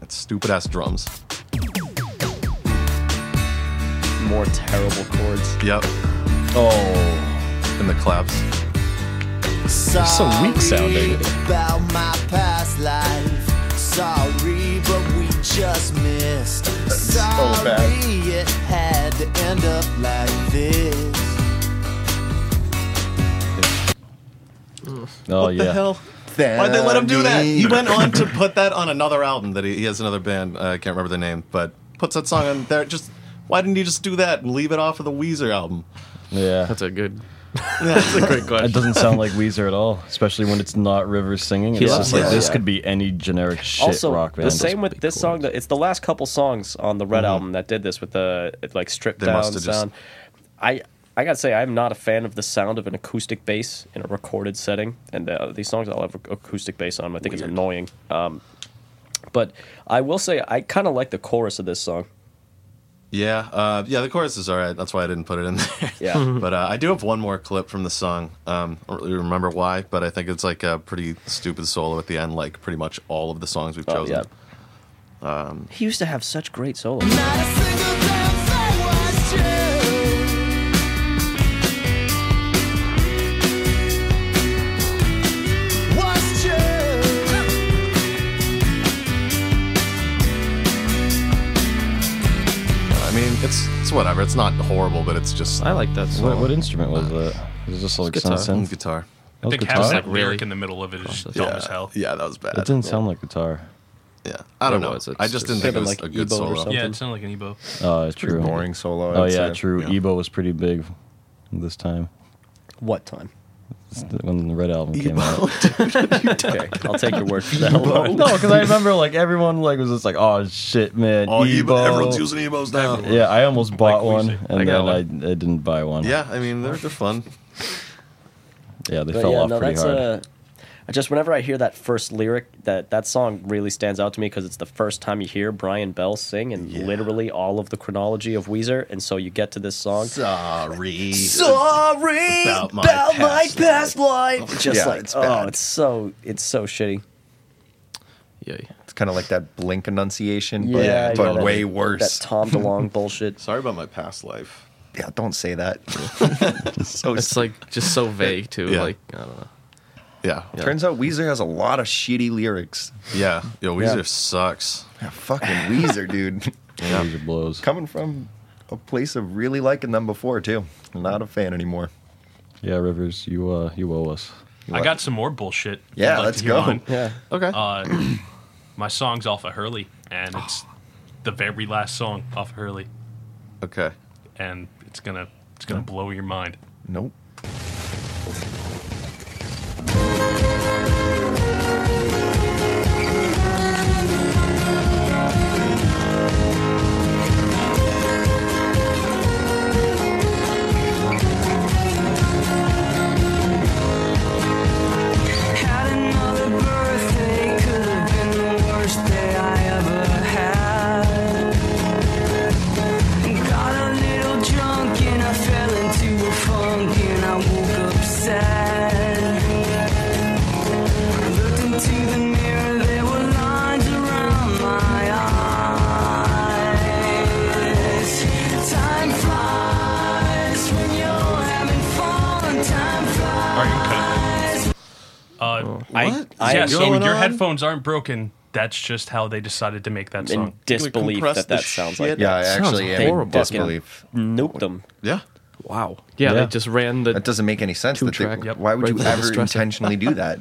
Speaker 4: It's stupid ass drums.
Speaker 2: More terrible chords.
Speaker 4: Yep. Oh. And the claps.
Speaker 8: so
Speaker 5: weak sounding.
Speaker 8: About my past life. Sorry, but we just missed. Sorry,
Speaker 7: bad.
Speaker 8: it had to end up like this.
Speaker 5: Oh yeah,
Speaker 4: Why'd they let him do that? He went on to put that on another album that he, he has another band. Uh, I can't remember the name, but puts that song on there. Just why didn't he just do that and leave it off of the Weezer album?
Speaker 5: yeah.
Speaker 3: That's a good. That's a great
Speaker 5: It
Speaker 3: question.
Speaker 5: doesn't sound like Weezer at all, especially when it's not Rivers singing. It's
Speaker 2: Yeah.
Speaker 5: just like
Speaker 2: Yeah.
Speaker 5: this
Speaker 2: Yeah.
Speaker 5: could be any generic shit
Speaker 2: also,
Speaker 5: rock band.
Speaker 2: the same with this song. That it's the last couple songs on the Red album that did this with the it, like stripped
Speaker 4: They
Speaker 2: down
Speaker 4: must have just-
Speaker 2: sound. I I gotta say, I'm not a fan of the sound of an acoustic bass in a recorded setting, and uh, these songs all have ac- acoustic bass on them. I think it's annoying. Um, but I will say, I kind of like the chorus of this song.
Speaker 4: Yeah, uh, yeah, the chorus is all right. That's why I didn't put it in there.
Speaker 2: Yeah.
Speaker 4: but uh, I do have one more clip from the song. Um, I don't really remember why, but I think it's like a pretty stupid solo at the end, like pretty much all of the songs we've
Speaker 2: Oh,
Speaker 4: chosen.
Speaker 2: yeah. he used to have such great solos.
Speaker 8: Not a single damn thing was true. Was true.
Speaker 4: I mean, it's it's whatever. It's not horrible, but it's just
Speaker 3: I like that song.
Speaker 5: What, what instrument was that? Is it just like
Speaker 3: guitar.
Speaker 5: some synth?
Speaker 4: guitar.
Speaker 5: That
Speaker 6: I
Speaker 5: was
Speaker 6: think having
Speaker 5: guitar.
Speaker 6: that
Speaker 3: Like,
Speaker 6: lyric
Speaker 3: really?
Speaker 6: in the middle of it is
Speaker 3: Process.
Speaker 6: dumb
Speaker 4: yeah,
Speaker 6: as hell.
Speaker 4: Yeah, that was bad.
Speaker 5: It didn't sound like guitar.
Speaker 4: yeah, I don't
Speaker 3: It
Speaker 4: know.
Speaker 3: was, it's
Speaker 4: I just didn't
Speaker 3: just-
Speaker 2: Could've
Speaker 4: think it was
Speaker 2: been
Speaker 4: a
Speaker 2: like
Speaker 4: good
Speaker 2: Ebo or
Speaker 4: solo.
Speaker 2: something.
Speaker 6: Yeah, it sounded like an Ebo.
Speaker 5: Uh, true.
Speaker 7: Boring solo.
Speaker 5: Oh
Speaker 7: I'd
Speaker 5: yeah,
Speaker 7: say.
Speaker 5: true.
Speaker 4: Yeah.
Speaker 5: Ebo was pretty big this time.
Speaker 2: What time?
Speaker 5: when the Red album came out.
Speaker 2: Okay, I'll take your word for that. Lauren.
Speaker 5: No, because I remember like everyone like was just like, "Oh shit, man,
Speaker 4: Oh, Ebo.
Speaker 5: Ebo."
Speaker 4: everyone's using Ebos now.
Speaker 5: Yeah, I almost bought
Speaker 3: we
Speaker 5: one,
Speaker 3: say.
Speaker 5: and
Speaker 3: I
Speaker 5: then
Speaker 3: got
Speaker 5: I, I didn't buy one.
Speaker 4: Yeah, I mean they're they're fun.
Speaker 5: yeah, they
Speaker 2: But
Speaker 5: fell
Speaker 2: yeah,
Speaker 5: off
Speaker 2: no,
Speaker 5: pretty
Speaker 2: that's
Speaker 5: hard.
Speaker 2: uh, I just whenever I hear that first lyric, that that song really stands out to me because it's the first time you hear Brian Bell sing and literally all of the chronology of Weezer, and so you get to this song.
Speaker 4: Sorry.
Speaker 2: Sorry
Speaker 4: About my about my past past
Speaker 2: life. Just
Speaker 7: Yeah,
Speaker 2: like
Speaker 7: it's
Speaker 2: oh,
Speaker 7: bad.
Speaker 2: it's so it's so shitty.
Speaker 3: Yeah.
Speaker 7: It's kind of like that blink enunciation, but,
Speaker 2: Yeah,
Speaker 7: but
Speaker 2: yeah, that-
Speaker 7: way
Speaker 2: That
Speaker 7: worse.
Speaker 2: Tom DeLonge bullshit.
Speaker 4: Sorry about my past life.
Speaker 7: yeah, don't say that. so
Speaker 3: It's like just so vague too.
Speaker 4: Yeah.
Speaker 3: Like I don't know.
Speaker 4: Yeah. Yeah.
Speaker 7: turns out Weezer has a lot of shitty lyrics.
Speaker 4: Yeah. Yo, Weezer
Speaker 2: Yeah.
Speaker 4: sucks.
Speaker 7: Yeah, fucking Weezer, dude.
Speaker 5: Yeah, these are blows.
Speaker 7: Coming from a place of really liking them before too. Not a fan anymore.
Speaker 5: Yeah, Rivers, you uh, you owe us.
Speaker 6: I got some more bullshit. I'd
Speaker 7: Yeah,
Speaker 6: like to
Speaker 7: let's
Speaker 6: hear
Speaker 7: go.
Speaker 6: mine.
Speaker 2: Yeah.
Speaker 4: Okay.
Speaker 6: Uh, my song's off of Hurley, and it's the very last song off of Hurley,
Speaker 4: okay.
Speaker 6: and it's gonna it's gonna blow your mind.
Speaker 7: Nope.
Speaker 9: Had another birthday, could have been the worst day I ever had. Got a little drunk and I fell into a funk and I woke up sad. Looked into the mirror, there were lines around my eyes. Time flies when you're having fun. Time flies.
Speaker 6: All right, you can cut it. Uh,
Speaker 2: I, I
Speaker 6: yeah,
Speaker 2: am
Speaker 6: so
Speaker 2: in,
Speaker 6: your
Speaker 4: on?
Speaker 6: headphones aren't broken. That's just how they decided to make that
Speaker 2: in
Speaker 6: song.
Speaker 2: disbelief
Speaker 4: compress
Speaker 2: that
Speaker 4: the
Speaker 2: that sounds like
Speaker 4: shit
Speaker 7: Yeah, I
Speaker 2: that.
Speaker 3: Sounds
Speaker 7: actually am in
Speaker 3: horrible.
Speaker 7: disbelief.
Speaker 2: Nope them.
Speaker 4: Yeah.
Speaker 3: Wow. Yeah,
Speaker 5: Yeah.
Speaker 3: they just ran the.
Speaker 7: That doesn't make any sense. That they,
Speaker 3: Two-track. Yep.
Speaker 7: Why would
Speaker 3: Right
Speaker 7: you
Speaker 3: there to
Speaker 7: ever
Speaker 3: stress it.
Speaker 7: intentionally do that?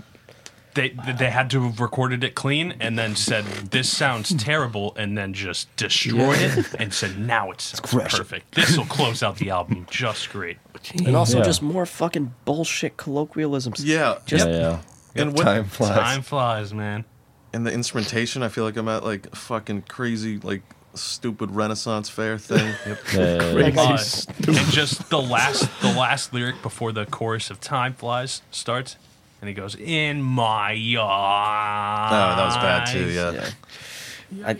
Speaker 6: They they had to have recorded it clean and then said this sounds terrible and then just destroyed it and said now it sounds perfect. This will close out the album just great.
Speaker 2: And also
Speaker 5: Yeah.
Speaker 2: just more fucking bullshit colloquialisms.
Speaker 4: Yeah.
Speaker 2: Just
Speaker 5: yeah, yeah.
Speaker 4: And what?
Speaker 7: Time flies.
Speaker 6: Time flies, man.
Speaker 4: And the instrumentation, I feel like I'm at like a fucking crazy, like stupid Renaissance fair thing.
Speaker 5: Yeah, yeah, yeah.
Speaker 6: Uh, and just the last the last lyric before the chorus of "Time Flies" starts, and he goes, "In my eyes."
Speaker 4: Oh, that was bad too. Yeah.
Speaker 2: I,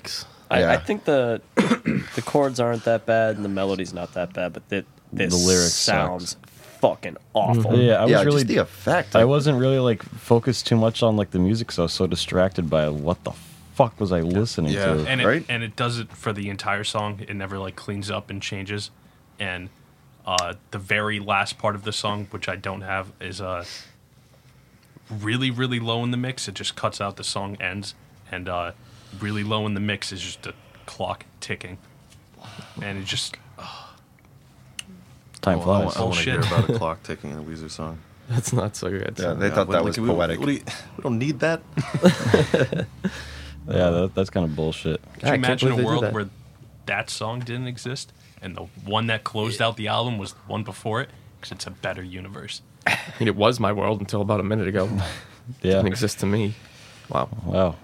Speaker 2: I,
Speaker 7: Yeah.
Speaker 2: I think the the chords aren't that bad and the melody's not that bad, but that this
Speaker 5: The lyrics
Speaker 2: sounds fucking awful.
Speaker 5: Yeah, I was
Speaker 7: yeah,
Speaker 5: really
Speaker 7: just the effect.
Speaker 5: Mm-hmm. I wasn't really like focused too much on like the music, so I was so distracted by what the fuck was I listening
Speaker 4: Yeah.
Speaker 5: to.
Speaker 6: and it,
Speaker 7: Right?
Speaker 6: and it does it for the entire song. It never like cleans up and changes. And uh, the very last part of the song, which I don't have, is uh, really really low in the mix. It just cuts out. The song ends, and uh, really low in the mix is just a clock ticking, and it just
Speaker 5: Time
Speaker 4: Well, Oh, I,
Speaker 5: flies.
Speaker 4: want, I want to hear
Speaker 6: Bullshit.
Speaker 4: about a clock ticking in a Weezer song.
Speaker 3: That's not so good.
Speaker 7: yeah, they
Speaker 4: Yeah,
Speaker 7: thought
Speaker 4: what-
Speaker 7: that
Speaker 4: like,
Speaker 7: was
Speaker 4: we-
Speaker 7: poetic.
Speaker 4: what do you- we don't need that.
Speaker 5: yeah, that, that's kind of bullshit.
Speaker 3: Yeah,
Speaker 6: Could
Speaker 3: I
Speaker 6: you
Speaker 3: can't
Speaker 6: imagine
Speaker 3: believe they did
Speaker 6: a world
Speaker 3: that.
Speaker 6: where that song didn't exist and the one that closed out the album was the one before it? Because it's a better universe.
Speaker 3: I mean, it was my world until about a minute ago.
Speaker 5: Yeah.
Speaker 3: Didn't exist to me. Wow.
Speaker 5: Wow.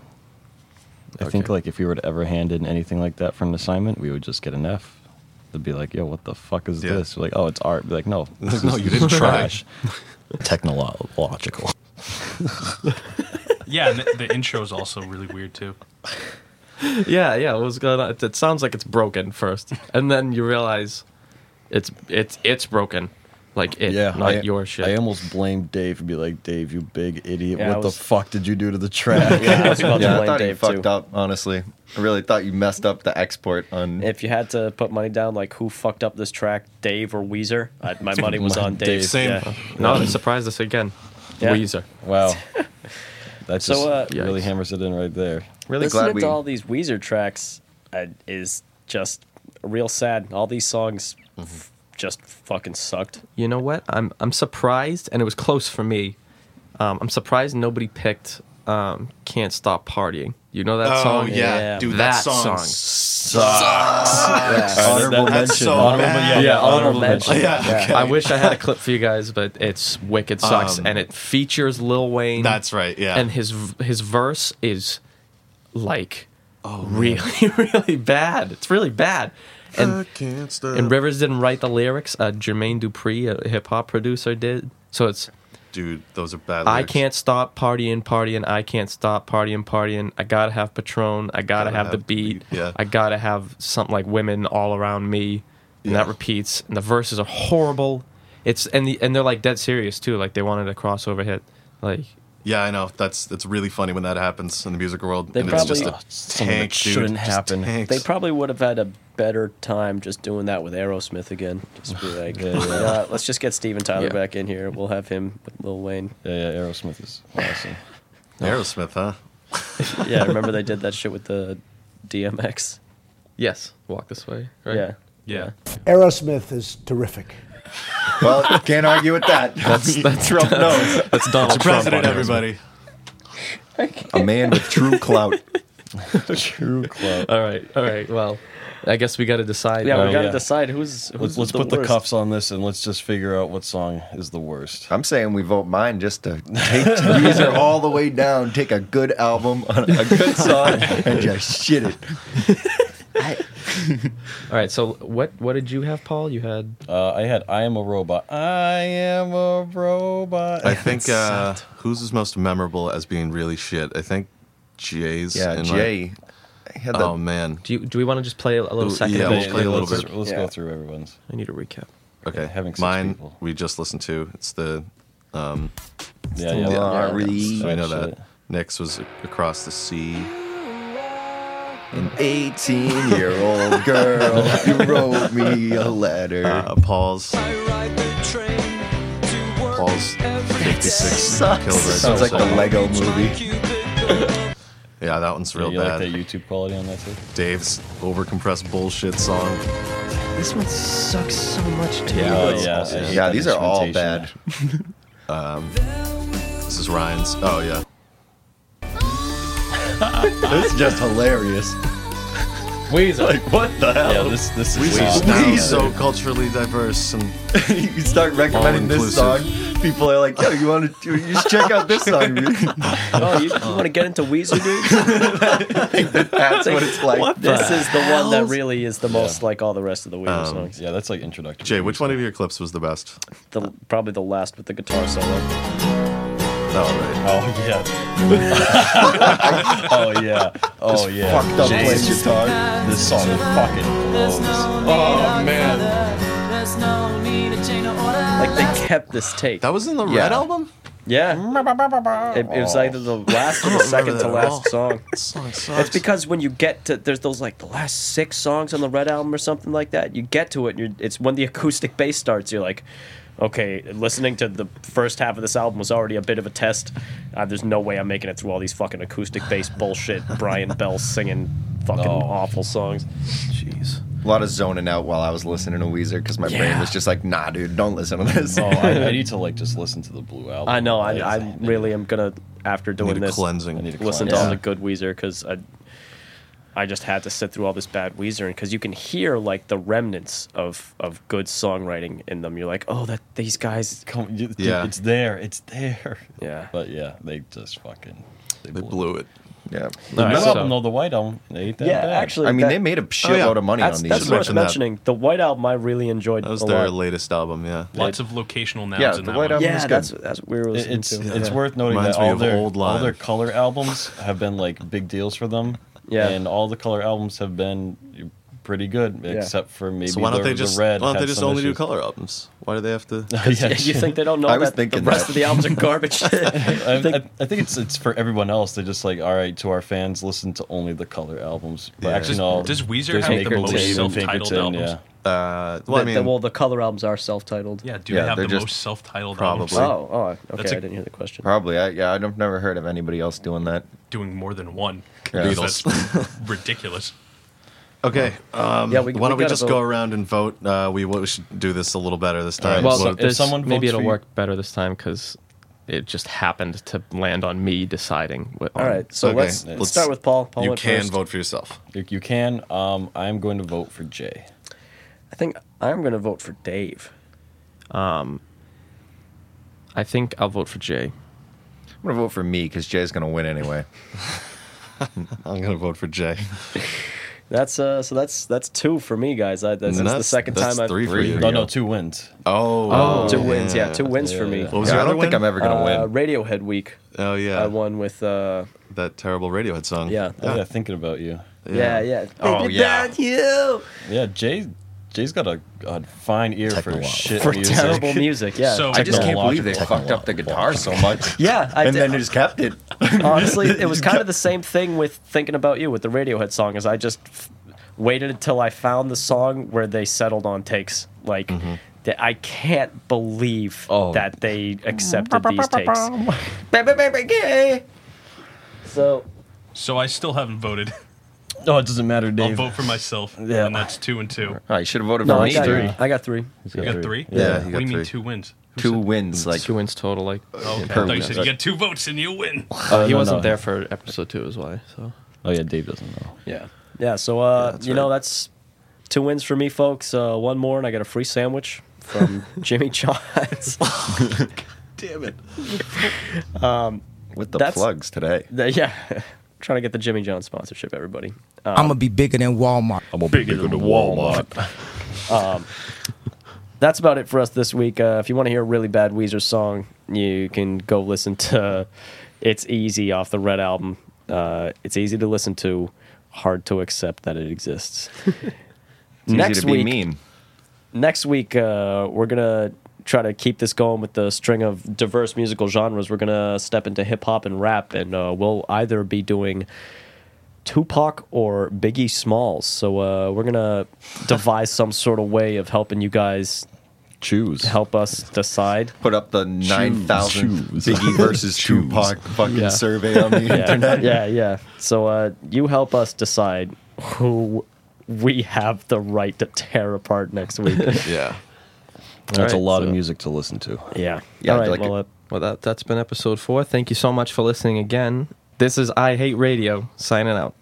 Speaker 5: I think
Speaker 3: Okay.
Speaker 5: like if we were to ever hand in anything like that for an assignment, we would just get an F. They'd be like, "Yo, what the fuck is
Speaker 4: Yeah.
Speaker 5: this?" We're like, "Oh, it's art." Be like, "No, this
Speaker 4: No,
Speaker 5: is
Speaker 4: you didn't try.
Speaker 5: trash. Technological.
Speaker 6: Yeah, and the, the intro is also really weird too.
Speaker 3: Yeah, yeah. What was going on? It, it sounds like it's broken first, and then you realize it's it's it's broken, like it,
Speaker 5: Yeah,
Speaker 3: not
Speaker 5: I,
Speaker 3: your shit.
Speaker 5: I almost blamed Dave and be like, "Dave, you big idiot!
Speaker 2: Yeah, I
Speaker 5: what
Speaker 2: was-
Speaker 5: the fuck did you do to the track?"
Speaker 2: Yeah, I was about to
Speaker 7: yeah, I
Speaker 2: blame
Speaker 7: thought you
Speaker 2: Dave
Speaker 7: fucked
Speaker 2: too.
Speaker 7: up. Honestly, I really thought you messed up the export on.
Speaker 2: If you had to put money down, like who fucked up this track, Dave or Weezer? I, my money was on Dave.
Speaker 5: Dave.
Speaker 4: Same.
Speaker 2: Yeah.
Speaker 3: no, they surprised us again.
Speaker 2: Yeah.
Speaker 3: Weezer.
Speaker 5: wow. That
Speaker 2: So,
Speaker 5: just
Speaker 2: uh,
Speaker 5: really
Speaker 3: Yikes.
Speaker 5: hammers it in right there.
Speaker 7: really
Speaker 2: Listening
Speaker 7: glad we.
Speaker 2: to all these Weezer tracks uh, is just real sad. All these songs
Speaker 7: Mm-hmm.
Speaker 2: f- just fucking sucked.
Speaker 3: You know what? I'm I'm surprised, and it was close for me. Um, I'm surprised nobody picked um, "Can't Stop Partying." You know that song?
Speaker 2: Yeah.
Speaker 4: Oh, dude,
Speaker 3: That
Speaker 4: that, song.
Speaker 3: song
Speaker 7: Yeah. Honorable
Speaker 4: That's
Speaker 7: mention.
Speaker 4: so bad.
Speaker 2: yeah, honorable
Speaker 5: honorable
Speaker 2: mention.
Speaker 5: mention.
Speaker 4: Yeah, okay.
Speaker 3: I wish I had a clip for you guys, but it's wicked sucks,
Speaker 4: Um,
Speaker 3: and it features Lil Wayne.
Speaker 4: That's right. Yeah,
Speaker 3: and his his verse is like really really bad. It's really bad. And
Speaker 4: can't stop.
Speaker 3: and Rivers didn't write the lyrics. Uh, Jermaine Dupree, a hip hop producer, did. So it's
Speaker 4: dude, those are bad.
Speaker 3: I
Speaker 4: lyrics.
Speaker 3: can't stop partying, partying. I can't stop partying, partying. I gotta have Patron. I gotta,
Speaker 4: Gotta
Speaker 3: have, the
Speaker 4: have the
Speaker 3: beat.
Speaker 4: beat, yeah.
Speaker 3: I gotta have something like women all around me. And that
Speaker 4: Yeah.
Speaker 3: repeats. And the verses are horrible. It's and the and they're like dead serious too. Like they wanted a crossover hit. Like
Speaker 4: Yeah, I know. That's that's really funny when that happens in the musical world.
Speaker 2: They
Speaker 4: and it's
Speaker 2: probably-
Speaker 4: just a
Speaker 2: Oh,
Speaker 5: something
Speaker 4: tank,
Speaker 5: that
Speaker 4: dude.
Speaker 5: shouldn't
Speaker 4: Just
Speaker 5: happen.
Speaker 4: tanks.
Speaker 2: They probably would have had a better time just doing that with Aerosmith again. Just be like, you know what, let's just get Steven Tyler
Speaker 3: Yeah.
Speaker 2: back in here. We'll have him with Lil Wayne.
Speaker 5: Yeah, yeah, Aerosmith is awesome.
Speaker 4: Aerosmith, huh?
Speaker 2: Yeah, remember they did that shit with the DMX.
Speaker 3: yes, walk this way. Right?
Speaker 2: Yeah.
Speaker 6: Yeah.
Speaker 10: Aerosmith is terrific.
Speaker 7: Well, can't argue with that. That's that's Trump knows.
Speaker 3: that's Donald Trump.
Speaker 4: President,
Speaker 3: on Aerosmith.
Speaker 4: everybody.
Speaker 7: A man with true clout.
Speaker 5: True club.
Speaker 3: All right, all right. Well, I guess we got to decide.
Speaker 2: Yeah,
Speaker 3: now.
Speaker 2: we gotta
Speaker 5: yeah.
Speaker 2: decide who's who's
Speaker 5: Let's, let's
Speaker 2: the
Speaker 5: put the
Speaker 2: worst.
Speaker 5: cuffs on this and let's just figure out what song is the worst.
Speaker 7: I'm saying we vote mine just to take Weezer all the way down, take a good album, on a good song, and just shit it.
Speaker 3: All right. So what what did you have, Paul? You had
Speaker 5: Uh, I had I Am a Robot. I am a robot.
Speaker 4: I think uh, whose is most memorable as being really shit? I think Jay's.
Speaker 7: Yeah,
Speaker 4: and,
Speaker 7: Jay. Had
Speaker 4: Like,
Speaker 7: the,
Speaker 4: oh
Speaker 5: um,
Speaker 4: man.
Speaker 3: do you do we want to just play a little
Speaker 4: Ooh,
Speaker 3: second?
Speaker 4: yeah,
Speaker 3: of
Speaker 4: we'll
Speaker 3: it?
Speaker 5: Yeah,
Speaker 4: play a little
Speaker 5: let's-
Speaker 4: bit.
Speaker 5: Let's
Speaker 2: Yeah.
Speaker 5: go through everyone's.
Speaker 3: I need a recap.
Speaker 4: Okay,
Speaker 5: yeah, having six
Speaker 4: mine.
Speaker 5: people.
Speaker 4: We just listened to. It's the. Um,
Speaker 5: Yeah, yeah,
Speaker 7: Larry.
Speaker 5: yeah.
Speaker 4: we know
Speaker 5: shit.
Speaker 4: that. Nick's was across the sea.
Speaker 7: An 18 year old girl, you wrote me a letter.
Speaker 4: Uh, Paul's. Paul's
Speaker 9: Paul's
Speaker 4: 56
Speaker 7: Sucks.
Speaker 4: killed
Speaker 7: Sounds like
Speaker 4: herself.
Speaker 7: the Lego movie.
Speaker 4: Yeah, that one's
Speaker 5: Yeah,
Speaker 4: real
Speaker 5: you
Speaker 4: bad.
Speaker 5: like that YouTube quality on that too?
Speaker 4: Dave's overcompressed bullshit song.
Speaker 3: This one sucks so much too.
Speaker 5: Oh, yeah, I hate
Speaker 7: Yeah,
Speaker 5: that
Speaker 7: these are all
Speaker 5: instrumentation.
Speaker 7: bad.
Speaker 4: This is Ryan's. Oh yeah.
Speaker 7: This is just hilarious.
Speaker 5: Weezer. Like what the hell? Yeah, this this is
Speaker 4: He's
Speaker 5: awesome.
Speaker 4: now
Speaker 7: Weezer.
Speaker 4: so culturally diverse and
Speaker 7: you start recommending this song,
Speaker 4: All-inclusive.
Speaker 7: people are like, yo, you want to, you should check out this song.
Speaker 2: Oh, you, you want to get into Weezer, dude?
Speaker 7: That's what it's like.
Speaker 2: this is the one that really is the most like all the rest of the Weezer songs.
Speaker 5: Yeah, that's like introductory.
Speaker 4: Jay, which one of your clips was the best?
Speaker 2: The, probably the last with the guitar solo.
Speaker 4: Oh
Speaker 5: Oh yeah. oh yeah. Oh yeah.
Speaker 7: Fucked up plays guitar.
Speaker 5: This song fucking blows.
Speaker 9: Oh man. There's no need to change the order.
Speaker 2: Like they kept this tape.
Speaker 4: That was in the
Speaker 7: Yeah.
Speaker 4: Red album.
Speaker 2: yeah. It, it was either the last or the second
Speaker 4: that
Speaker 2: to
Speaker 4: at all.
Speaker 2: last song.
Speaker 4: That song sucks.
Speaker 2: It's because when you get to there's those like the last six songs on the Red album or something like that. You get to it, and you're, it's when the acoustic bass starts. You're like, okay, listening to the first half of this album was already a bit of a test. Uh, there's no way I'm making it through all these fucking acoustic bass bullshit. Brian Bell singing fucking
Speaker 5: No.
Speaker 2: awful songs.
Speaker 3: jeez.
Speaker 7: A lot of zoning out while I was listening to Weezer because my brain
Speaker 2: Yeah.
Speaker 7: was just like, nah, dude, don't listen to this.
Speaker 5: Oh, I, I need to like just listen to the blue album.
Speaker 2: I know. I,
Speaker 5: Like,
Speaker 2: I really am gonna after
Speaker 4: I
Speaker 2: doing
Speaker 4: need a
Speaker 2: this
Speaker 4: cleansing.
Speaker 5: I need a
Speaker 2: listen
Speaker 5: cleanse.
Speaker 2: to all
Speaker 7: Yeah.
Speaker 2: the good Weezer because I, I just had to sit through all this bad Weezer because you can hear like the remnants of of good songwriting in them. You're like, oh, that these guys,
Speaker 5: Come, you,
Speaker 4: Yeah.
Speaker 5: It's there. It's there.
Speaker 2: Yeah.
Speaker 5: But yeah, they just fucking. They,
Speaker 4: they
Speaker 5: blew.
Speaker 4: blew it.
Speaker 7: yeah.
Speaker 5: The
Speaker 3: All
Speaker 5: red
Speaker 3: right, so-
Speaker 5: album, though, the white album, they ain't that
Speaker 2: yeah,
Speaker 5: bad.
Speaker 2: actually,
Speaker 7: I mean,
Speaker 2: that-
Speaker 7: they made a shitload
Speaker 4: yeah.
Speaker 7: of money
Speaker 2: that's,
Speaker 7: on these.
Speaker 2: that's
Speaker 4: should
Speaker 2: worth
Speaker 4: mention that.
Speaker 2: mentioning. The White album I really enjoyed.
Speaker 4: That was
Speaker 2: a
Speaker 4: their
Speaker 2: lot.
Speaker 4: latest album. Yeah.
Speaker 6: Lots of locational nouns
Speaker 7: Yeah,
Speaker 6: in
Speaker 7: the
Speaker 6: that
Speaker 7: White
Speaker 6: one.
Speaker 7: Album
Speaker 2: Yeah,
Speaker 7: was good.
Speaker 2: that's that's what we were
Speaker 5: It-
Speaker 2: listening
Speaker 5: it's
Speaker 2: to.
Speaker 5: it's
Speaker 2: Yeah.
Speaker 5: worth noting
Speaker 4: Reminds
Speaker 5: that
Speaker 4: me
Speaker 5: all
Speaker 4: of
Speaker 5: their
Speaker 4: Old
Speaker 5: all
Speaker 4: Live.
Speaker 5: their color albums have been like big deals for them.
Speaker 2: Yeah.
Speaker 5: and all the color albums have been pretty good, except for maybe
Speaker 4: So why don't
Speaker 5: the,
Speaker 4: they
Speaker 5: the
Speaker 4: just why
Speaker 5: red.
Speaker 4: don't they
Speaker 5: had
Speaker 4: just
Speaker 5: some
Speaker 4: only do
Speaker 5: issues.
Speaker 4: color albums? Why do they have to? uh,
Speaker 5: yeah,
Speaker 2: you think they don't know
Speaker 7: I was
Speaker 2: that the
Speaker 7: thinking
Speaker 2: rest
Speaker 7: that.
Speaker 2: of the albums are garbage?
Speaker 5: I, I, I think it's it's for everyone else. They just like all right to our fans, listen to only the color albums. But
Speaker 4: Yeah.
Speaker 6: Does-
Speaker 5: actually, no.
Speaker 6: does Weezer
Speaker 5: there's
Speaker 6: have the
Speaker 5: Maker
Speaker 6: most
Speaker 5: Dave and
Speaker 6: self-titled
Speaker 5: Pinkerton,
Speaker 6: albums?
Speaker 5: Yeah.
Speaker 4: Uh, well, I
Speaker 2: The-
Speaker 4: mean,
Speaker 2: the- well, the color albums are self-titled.
Speaker 6: Yeah, do
Speaker 7: Yeah,
Speaker 6: they have
Speaker 7: they're
Speaker 6: the
Speaker 7: just
Speaker 6: most self-titled
Speaker 4: probably-
Speaker 6: albums?
Speaker 2: Oh, oh, okay.
Speaker 6: That's
Speaker 2: I
Speaker 6: a-
Speaker 2: I didn't hear the question.
Speaker 7: Probably. I, yeah, I've never heard of anybody else doing that.
Speaker 6: Doing more than one.
Speaker 7: Yeah.
Speaker 6: Because That's ridiculous.
Speaker 4: okay. Um,
Speaker 2: Yeah, we-
Speaker 4: why
Speaker 2: we
Speaker 4: don't we
Speaker 2: gotta
Speaker 4: just go
Speaker 2: vote.
Speaker 4: around and vote? Uh, we, we should do this a little better this time.
Speaker 5: Well,
Speaker 4: So-
Speaker 5: if
Speaker 3: there's-
Speaker 5: someone
Speaker 3: maybe
Speaker 5: votes
Speaker 3: it'll
Speaker 5: for you-
Speaker 3: work better this time because it just happened to land on me deciding. What,
Speaker 2: All right, so
Speaker 4: Okay,
Speaker 2: let's,
Speaker 4: let's-
Speaker 2: let's start with Paul. Paul
Speaker 4: you
Speaker 2: went
Speaker 4: can
Speaker 2: first.
Speaker 4: vote for yourself.
Speaker 5: You, you can. Um, I'm going to vote for Jay.
Speaker 2: I think I'm going to vote for Dave.
Speaker 3: I think I'll vote for Jay.
Speaker 7: I'm gonna vote for me because Jay's gonna win anyway.
Speaker 4: I'm gonna vote for Jay.
Speaker 2: That's uh, so that's that's two for me, guys. I, that's,
Speaker 4: And
Speaker 2: that's the
Speaker 4: that's-
Speaker 2: second
Speaker 4: that's
Speaker 2: time I've
Speaker 4: three for you.
Speaker 5: No, no, two wins.
Speaker 4: Oh,
Speaker 2: two wins. Yeah, two wins for me.
Speaker 5: Yeah.
Speaker 4: What was
Speaker 7: Yeah,
Speaker 4: your
Speaker 7: I
Speaker 4: other
Speaker 7: don't think
Speaker 4: win?
Speaker 7: I'm ever gonna
Speaker 2: Uh,
Speaker 7: win.
Speaker 2: Radiohead week.
Speaker 4: Oh yeah,
Speaker 2: I won with uh,
Speaker 4: that terrible Radiohead song.
Speaker 2: Yeah.
Speaker 5: Yeah. thinking about you.
Speaker 2: yeah, yeah.
Speaker 4: Oh,
Speaker 2: Baby,
Speaker 4: yeah.
Speaker 2: that's you
Speaker 5: Yeah, Jay. Jay's got a, a fine ear for
Speaker 4: Technological.
Speaker 5: shit
Speaker 2: for
Speaker 5: music.
Speaker 2: terrible music. Yeah.
Speaker 6: So-
Speaker 7: I just can't believe they
Speaker 5: Technological.
Speaker 7: fucked up the guitar so much.
Speaker 2: yeah, I
Speaker 7: and
Speaker 2: did.
Speaker 7: then just kept it.
Speaker 2: honestly, it was kind of the same thing with thinking about you with the Radiohead song. Is I just f- waited until I found the song where they settled on takes. Like that, I can't believe
Speaker 5: Oh.
Speaker 2: that they accepted these takes. So
Speaker 6: So I still haven't voted.
Speaker 5: Oh, it doesn't matter,
Speaker 6: I'll
Speaker 5: Dave.
Speaker 6: vote for myself.
Speaker 5: Yeah.
Speaker 6: And that's two and two.
Speaker 7: I should have voted
Speaker 2: no,
Speaker 7: for
Speaker 2: I
Speaker 7: me.
Speaker 2: got
Speaker 7: dude.
Speaker 2: three. I got three.
Speaker 6: You got three?
Speaker 4: Yeah, you got
Speaker 6: What do you mean
Speaker 4: three.
Speaker 6: two wins? Who
Speaker 7: Two
Speaker 6: said-
Speaker 7: wins, like
Speaker 3: two wins total. Like uh,
Speaker 6: Oh, okay. I
Speaker 7: per
Speaker 6: thought you
Speaker 7: win.
Speaker 6: said you get two votes and you win.
Speaker 5: Oh,
Speaker 3: he
Speaker 5: no,
Speaker 3: wasn't
Speaker 5: no.
Speaker 3: there for episode two, is why. So
Speaker 5: Oh yeah, Dave doesn't know.
Speaker 2: Yeah, yeah. So uh,
Speaker 4: that's
Speaker 2: you know that's two wins for me, folks. Uh, one more, and I got a free sandwich from Jimmy John's.
Speaker 4: Damn it.
Speaker 7: with the
Speaker 2: That's-
Speaker 7: plugs today.
Speaker 2: The- yeah, trying to get the Jimmy John sponsorship, everybody.
Speaker 11: I'm gonna be bigger than Walmart.
Speaker 5: I'm bigger, than Walmart.
Speaker 2: that's about it for us this week. Uh, if you want to hear a really bad Weezer song, you can go listen to "It's Easy" off the Red album. Uh, it's easy to listen to, hard to accept that it exists.
Speaker 7: It's
Speaker 2: next
Speaker 7: easy to be
Speaker 2: week,
Speaker 7: mean.
Speaker 2: next week uh, we're gonna try to keep this going with the string of diverse musical genres. We're gonna step into hip hop and rap, and uh, we'll either be doing Tupac or Biggie Smalls. So uh, we're gonna devise some sort of way of helping you guys
Speaker 5: Choose.
Speaker 2: help us decide.
Speaker 7: Put up the nine thousand
Speaker 5: Choose.
Speaker 7: Biggie versus
Speaker 5: Choose.
Speaker 7: Tupac fucking
Speaker 3: Yeah.
Speaker 7: survey on the internet.
Speaker 2: Yeah, yeah, yeah. So uh, you help us decide who we have the right to tear apart next week.
Speaker 4: Yeah.
Speaker 5: That's a
Speaker 3: Alright,
Speaker 5: lot of
Speaker 3: so-
Speaker 5: music to listen to.
Speaker 2: yeah.
Speaker 7: Yeah,
Speaker 2: All right.
Speaker 7: like-
Speaker 2: well, uh,
Speaker 3: well, that that's been episode four. Thank you so much for listening again. This is I Hate Radio signing out.